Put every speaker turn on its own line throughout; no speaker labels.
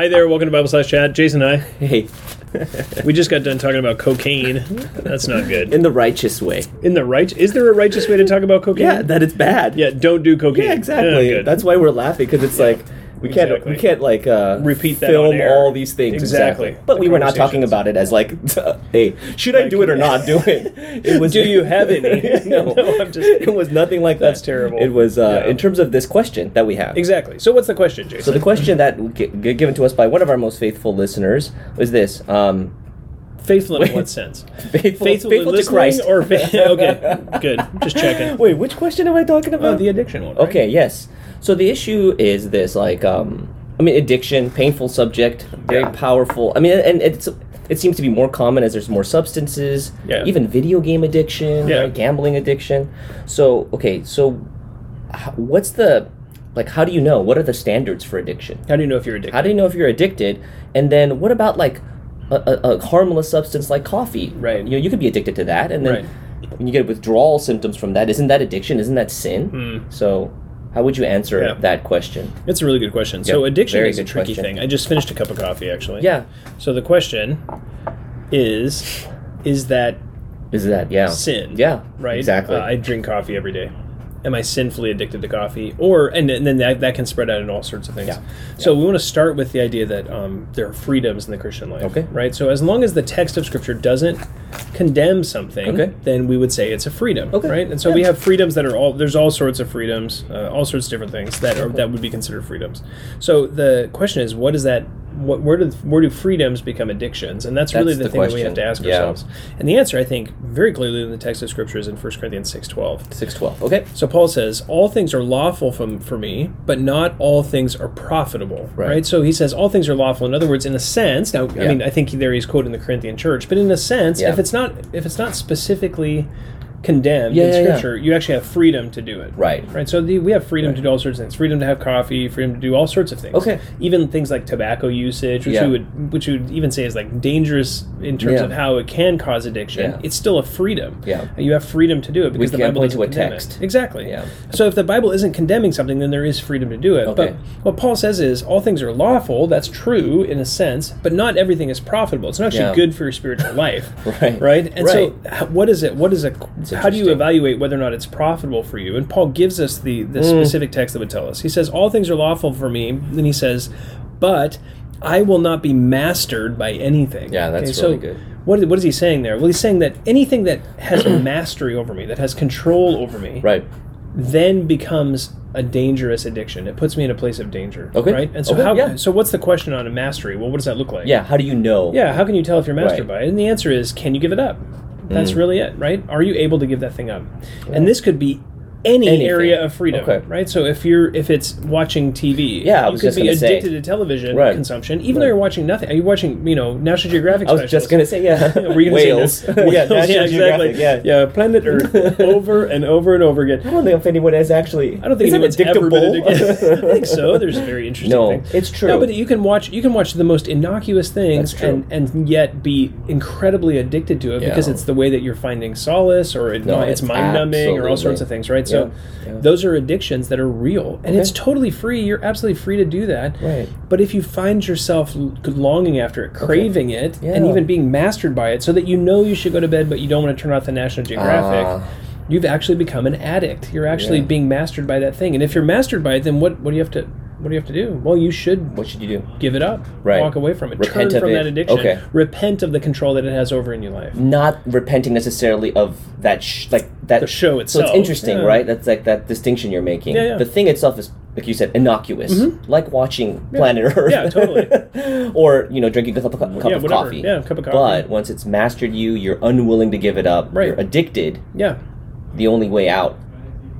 Hi there, welcome to Bible Slash Chat. Jason and I,
Hey,
we just got done talking about cocaine. That's not good.
in the righteous way.
In the right, is there a righteous way to talk about cocaine?
Yeah, that it's bad.
Yeah, don't do cocaine.
Yeah,
Not
exactly.
good.
That's why we're laughing because it's like we can't
Exactly.
we can't like uh,
Repeat that on
film
air.
all these things
Exactly.
exactly. But
The
we were not talking
conversations.
about it as like, hey, should I do it or not do it? It was.
Do you have any?
no,
No, I'm just-
It was nothing like that.
That's terrible.
It was uh,
Yeah.
in terms of this question that we have.
exactly. So, what's the question,
So
Jason?
the question that we get- get given to us by one of our most faithful listeners was this: um,
faithful in what sense?
faithful,
Faithful,
faithful to
listening
Christ.
or fa- okay, good. Just checking.
Wait, which question am I talking about?
Uh, the addiction one. right?
Okay, yes. So the issue is this like um I mean addiction, painful subject, very
Yeah.
powerful. I mean and it's it seems to be more common as there's more substances,
Yeah.
even video game addiction,
Yeah.
right, gambling addiction. So, okay, so h- what's the like how do you know? What are the standards for addiction?
How do you know if you're addicted?
How do you know if you're addicted? And then what about like a, a, a harmless substance like coffee?
Right.
You know, you could be addicted to that, and then when you get withdrawal symptoms from that, isn't that addiction? Isn't that sin?
Hmm.
So, how would you answer
Yeah.
that question?
It's a really good question. So
Yeah,
addiction
very
is a
good
tricky
question.
thing. I just finished a cup of coffee actually.
Yeah.
So the question is is that
Is that yeah?
sin?
Yeah.
Right?
Exactly.
Uh, I drink coffee every day. Am I sinfully addicted to coffee? Or and, and then that, that can spread out in all sorts of things.
Yeah.
So we want to start with the idea that um, there are freedoms in the Christian life.
Okay.
Right. So as long as the text of Scripture doesn't condemn something,
Okay.
then we would say it's a freedom.
Okay.
Right. And so
Yeah.
we have freedoms that are all there's all sorts of freedoms, uh, all sorts of different things that are that would be considered freedoms. So the question is, what is that? What, where do where do freedoms become addictions? And that's, really
That's
the,
the
thing that we have
question.
to ask
Yeah.
ourselves. And the answer, I think, very clearly in the text of Scripture is in 1 Corinthians 6.12.
Six twelve. Okay.
So Paul says, all things are lawful from, for me, but not all things are profitable, right.
Right.
So he says all things are lawful. In other words, in a sense, now, I
Yeah.
mean, I think there he's quoting the Corinthian church, but in a sense,
Yeah.
if it's not if it's not specifically condemned
Yeah,
in
yeah, yeah.
Scripture, you actually have freedom to do it.
Right.
Right. So the, we have freedom to do all sorts of things. Freedom to have coffee. Freedom to do all sorts of things.
Okay.
Even things like tobacco usage, which
Yeah.
you would which you would even say is like dangerous in terms
Yeah.
of how it can cause addiction.
Yeah.
It's still a freedom.
Yeah.
You have freedom to do it because the
can't
Bible
point
doesn't
to a
condemn it.
text.
Exactly.
Yeah.
So if the Bible isn't condemning something, then there is freedom to do it.
Okay.
But what Paul says is all things are lawful. That's true in a sense, but not everything is profitable. It's not actually
Yeah.
good for your spiritual life.
Right.
Right. And so
Right.
h- what is it? What is a? How do you
interesting.
evaluate whether or not it's profitable for you? And Paul gives us the the
Hmm.
specific text that would tell us. He says all things are lawful for me. Then he says, but. I will not be mastered by anything.
Yeah, that's
so
really good.
What, what is he saying there? Well, he's saying that anything that has mastery over me, that has control over me,
Right.
then becomes a dangerous addiction. It puts me in a place of danger.
Okay.
Right. And so
Okay,
how?
yeah.
So what's the question on a mastery? Well, what does that look like?
Yeah. How do you know?
Yeah. How can you tell if you're mastered
Right. Mm.
by it? And the answer is, can you give it up? That's really it, right? Are you able to give that thing up? And this could be any
Anything.
area of freedom,
Okay.
right? So if you're if it's watching TV,
Yeah, I
you
was
could
just
be
gonna say.
addicted to television
Right.
consumption, even though you're watching nothing. Are you watching, you know, National Geographic?
I was just
specials?
gonna say yeah.
Yeah, were you gonna say
Whales.
no? Whales,
yeah. National
exactly.
Geographic. Yeah.
yeah, Planet Earth over and over and over
I
again.
don't know if anyone has actually.
I don't think
is
anyone's
it
ever been
addictable?
addicted. I don't think so. There's a very interesting.
No,
thing.
it's true.
No, but you can watch you can watch the most innocuous things
That's true.
and and yet be incredibly addicted to it
Yeah.
because it's the way that you're finding solace or it,
No,
it's
it's
mind numbing or all
absolutely-
sorts of things, right? So
Yeah, yeah.
those are addictions that are real and it's totally free. You're absolutely free to do that.
Right.
But if you find yourself l- longing after it, craving it, and
Yeah.
even being mastered by it, so that you know you should go to bed but you don't want to turn off the National Geographic
Ah.
you've actually become an addict. You're actually
Yeah.
being mastered by that thing. And if you're mastered by it, then what, what do you have to what do you have to do? Well, you should
What should you do?
give it up,
Right.
walk away from it,
Repent
turn
of
from
it.
that addiction,
Okay. Mm.
repent of the control that it has over in your life.
Not repenting necessarily of that, sh- like that
The show
So
itself.
it's interesting,
Yeah.
right? That's like that distinction you're making.
Yeah, yeah.
The thing itself is, like you said, innocuous, like watching Planet Earth.
Yeah, totally.
or you know, drinking a cup of, cup
Yeah,
of
whatever.
coffee.
Yeah, cup of coffee.
But once it's mastered you, you're unwilling to give it up.
Right.
You're addicted.
Yeah.
The only way out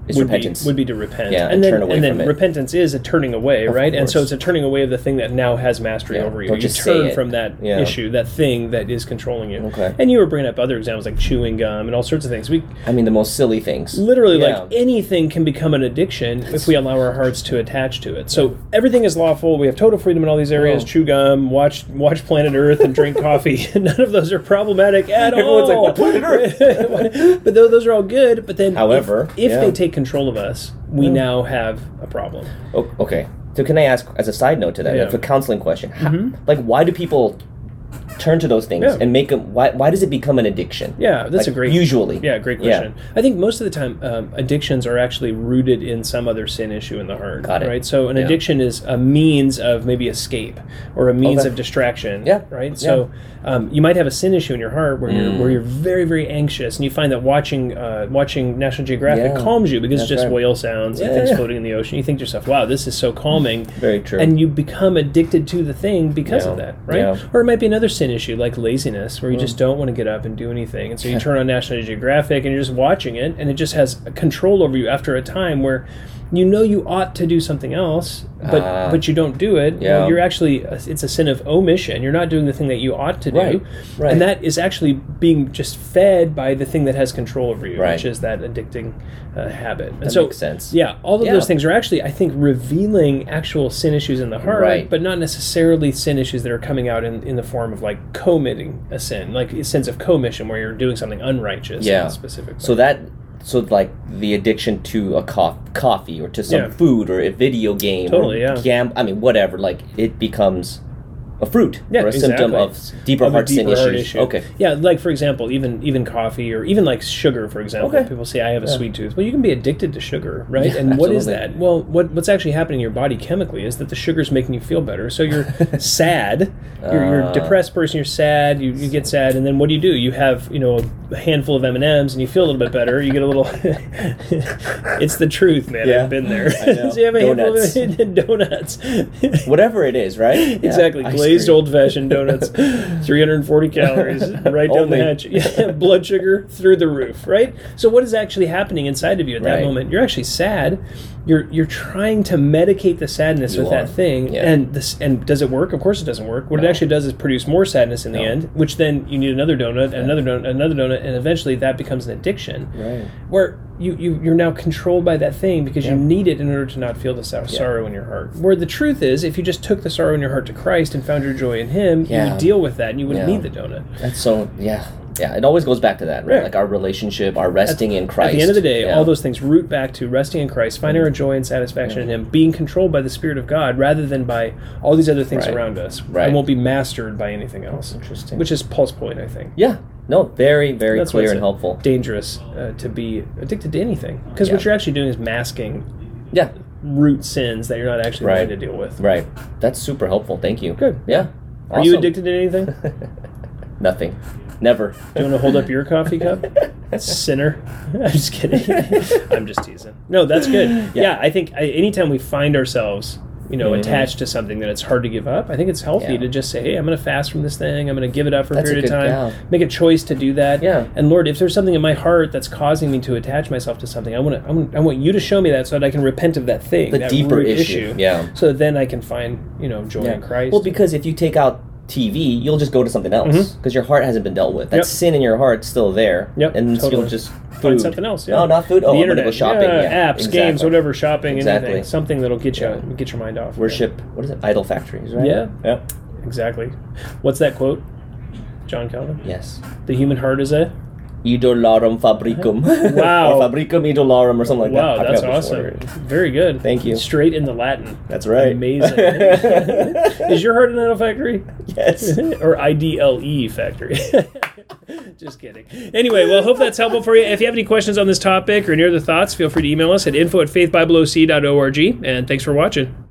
is
Would
repentance.
be, would be to repent,
Yeah,
and,
and
then
turn away
and then
from it.
repentance is a turning away, right? And so
course.
it's a turning away of the thing that now has mastery
Yeah,
over you.
don't
you
just say
turn
it.
from that
Yeah.
issue, that thing that is controlling you.
Okay.
And you were bringing up other examples like chewing gum and all sorts of things. We
I mean, the most silly things.
literally
Yeah.
like anything can become an addiction if we allow our hearts to attach to it so everything is lawful we have total freedom in all these areas
Wow.
chew gum watch watch planet earth and drink coffee none of those are problematic at
Everyone's like,
all
"What Planet
earth but tho- those are all good but then if-
However,
if,
yeah.
they take control of us we now have a problem
O- okay. So can I ask, as a side note to that,
Yeah. Mm-hmm.
like, for counseling question, how, like why do people turn to those things
Yeah.
and make them? Why, why does it become an addiction?
Yeah, that's
Like,
a great
Usually,
Yeah, great
Yeah.
question. I think most of the time um, addictions are actually rooted in some other sin issue in the heart.
Got it.
Right. So an
Yeah.
addiction is a means of maybe escape or a means
Okay.
of distraction.
Yeah. Mm.
Right. So um, you might have a sin issue in your heart where you're where you're very very anxious and you find that watching uh, watching National Geographic
Yeah.
calms you because it's
That's
just
right.
whale sounds and
Yeah,
things
yeah.
floating in the ocean. You think to yourself, wow, this is so calming.
Very true.
And you become addicted to the thing because of
Yeah.
that, right?
Yeah.
Or it might be another sin issue like laziness, where you
Mm.
just don't want to get up and do anything. And so you turn on National Geographic and you're just watching it, and it just has control over you after a time where you know you ought to do something else, but
Ah.
but you don't do it.
Yeah.
Well, you're actually, uh, it's a sin of omission. You're not doing the thing that you ought to do.
Right. Right.
And that is actually being just fed by the thing that has control over you,
Right.
which is that addicting uh, habit. And
that
so,
makes sense.
yeah, all of
Yeah.
those things are actually, I think, revealing actual sin issues in the heart,
Right.
but not necessarily sin issues that are coming out in, in the form of like committing a sin, like a sense of commission where you're doing something unrighteous
Yeah.
specifically.
So that, so like the addiction to a cof- coffee or to some
Yeah.
food or a video game
Totally, yeah.
or gam- I mean, whatever. Like it becomes a fruit
Yeah,
or a symptom
exactly.
of s- deeper
Of a
heart sin
deeper
issues.
heart issue.
Okay.
Yeah, like for example, even even coffee or even like sugar, for example.
Okay.
People say I have a sweet tooth. Well, you can be addicted to sugar, right?
Yeah,
and what is
absolutely.
that? Well, what what's actually happening in your body chemically is that the sugar's making you feel better. So you're sad. You're, you're a
Ah.
depressed person. You're sad. You, you get sad, and then what do you do? You have you know a handful of M and M's, and you feel a little bit better. You get a little. it's the truth, man.
Yeah.
I've been there.
I know.
so you have a
Donuts.
handful of donuts.
Whatever it is, right? Yeah,
Exactly,
ice
glazed
cream.
old fashioned donuts, 340 calories, right down the
Only.
hatch. Yeah, blood sugar through the roof, right? So what is actually happening inside of you at that
Right.
moment? You're actually sad. You're you're trying to medicate the sadness
You
with
are.
that thing,
Yeah.
and this and does it work? Of course it doesn't work. What
No.
it actually does is produce more sadness in the
No.
end, which then you need another donut, and another donut, another donut, and eventually that becomes an addiction
Right.
where you, you you're now controlled by that thing because you need it in order to not feel the sor- sorrow in your heart. Where the truth is, if you just took the sorrow in your heart to Christ and found your joy in Him, you
Yeah.
would deal with that and you wouldn't
Yeah.
need the donut.
That's so yeah. Yeah, it always goes back to that, right?
Yeah.
Like our relationship, our resting in
At
Christ.
the end of the day,
Yeah. Mm-hmm.
all those things root back to resting in Christ, finding our joy and satisfaction in Him, being controlled by the Spirit of God rather than by all these other things
Right.
around us. I
Right.
won't be mastered by anything else.
interesting.
Which is Paul's point, I think.
yeah, no, very very
That's
clear
what's
and
it.
helpful.
Dangerous uh, to be addicted to anything because what
Yeah.
you're actually doing is masking
Yeah,
root sins that you're not actually
Right.
trying to deal with.
right. That's super helpful. Thank you.
Good.
Yeah.
Are you
Awesome.
addicted to anything? Do
Nothing. Never.
you want to hold up your coffee cup? Sinner. I'm just kidding. I'm just teasing. No, that's good. Yeah, I think I, anytime we find ourselves, you know,
Mhm.
attached to something that it's hard to give up, I think it's healthy
Yeah.
to just say, hey, I'm going to fast from this thing. I'm going to give it up for
That's
a
a
period of
good
time.
gal.
Make a choice to do that.
Yeah.
And Lord, if there's something in my heart that's causing me to attach myself to something, I want to. I, wanna- I want you to show me that so that I can repent of that thing,
The
that
deeper
root
issue. Yeah.
So that then I can find, you know, joy in Christ.
Well, because if you take out TV, you'll just go to something else because your heart hasn't been dealt with. That
Mm-hmm. Yep.
sin in your heart's still there.
Yep,
And
totally.
you'll just food.
find something else. Yeah.
No, not food. Oh,
the
I'm
internet,
gonna go shopping.
Yeah,
Yeah,
apps, games,
exactly.
whatever, shopping,
Exactly.
anything, something that'll get you
Yeah.
get your mind off. of it.
Worship. What is it? Idol factories, right?
Yeah.
Yep.
exactly. What's that quote? John Calvin.
Yes.
The human heart is a
Idolarum fabricum.
Wow.
or fabricum idolarum or something like
wow.
that. I
That's
forgot which
awesome.
word.
Very good.
Thank you.
Straight into Latin.
That's right.
Amazing. is your heart an idol factory?
yes.
or IDLE E factory. Just kidding. Anyway, well, hope that's helpful for you. If you have any questions on this topic or any other thoughts, feel free to email us at info at faithbibleoc.org. And thanks for watching.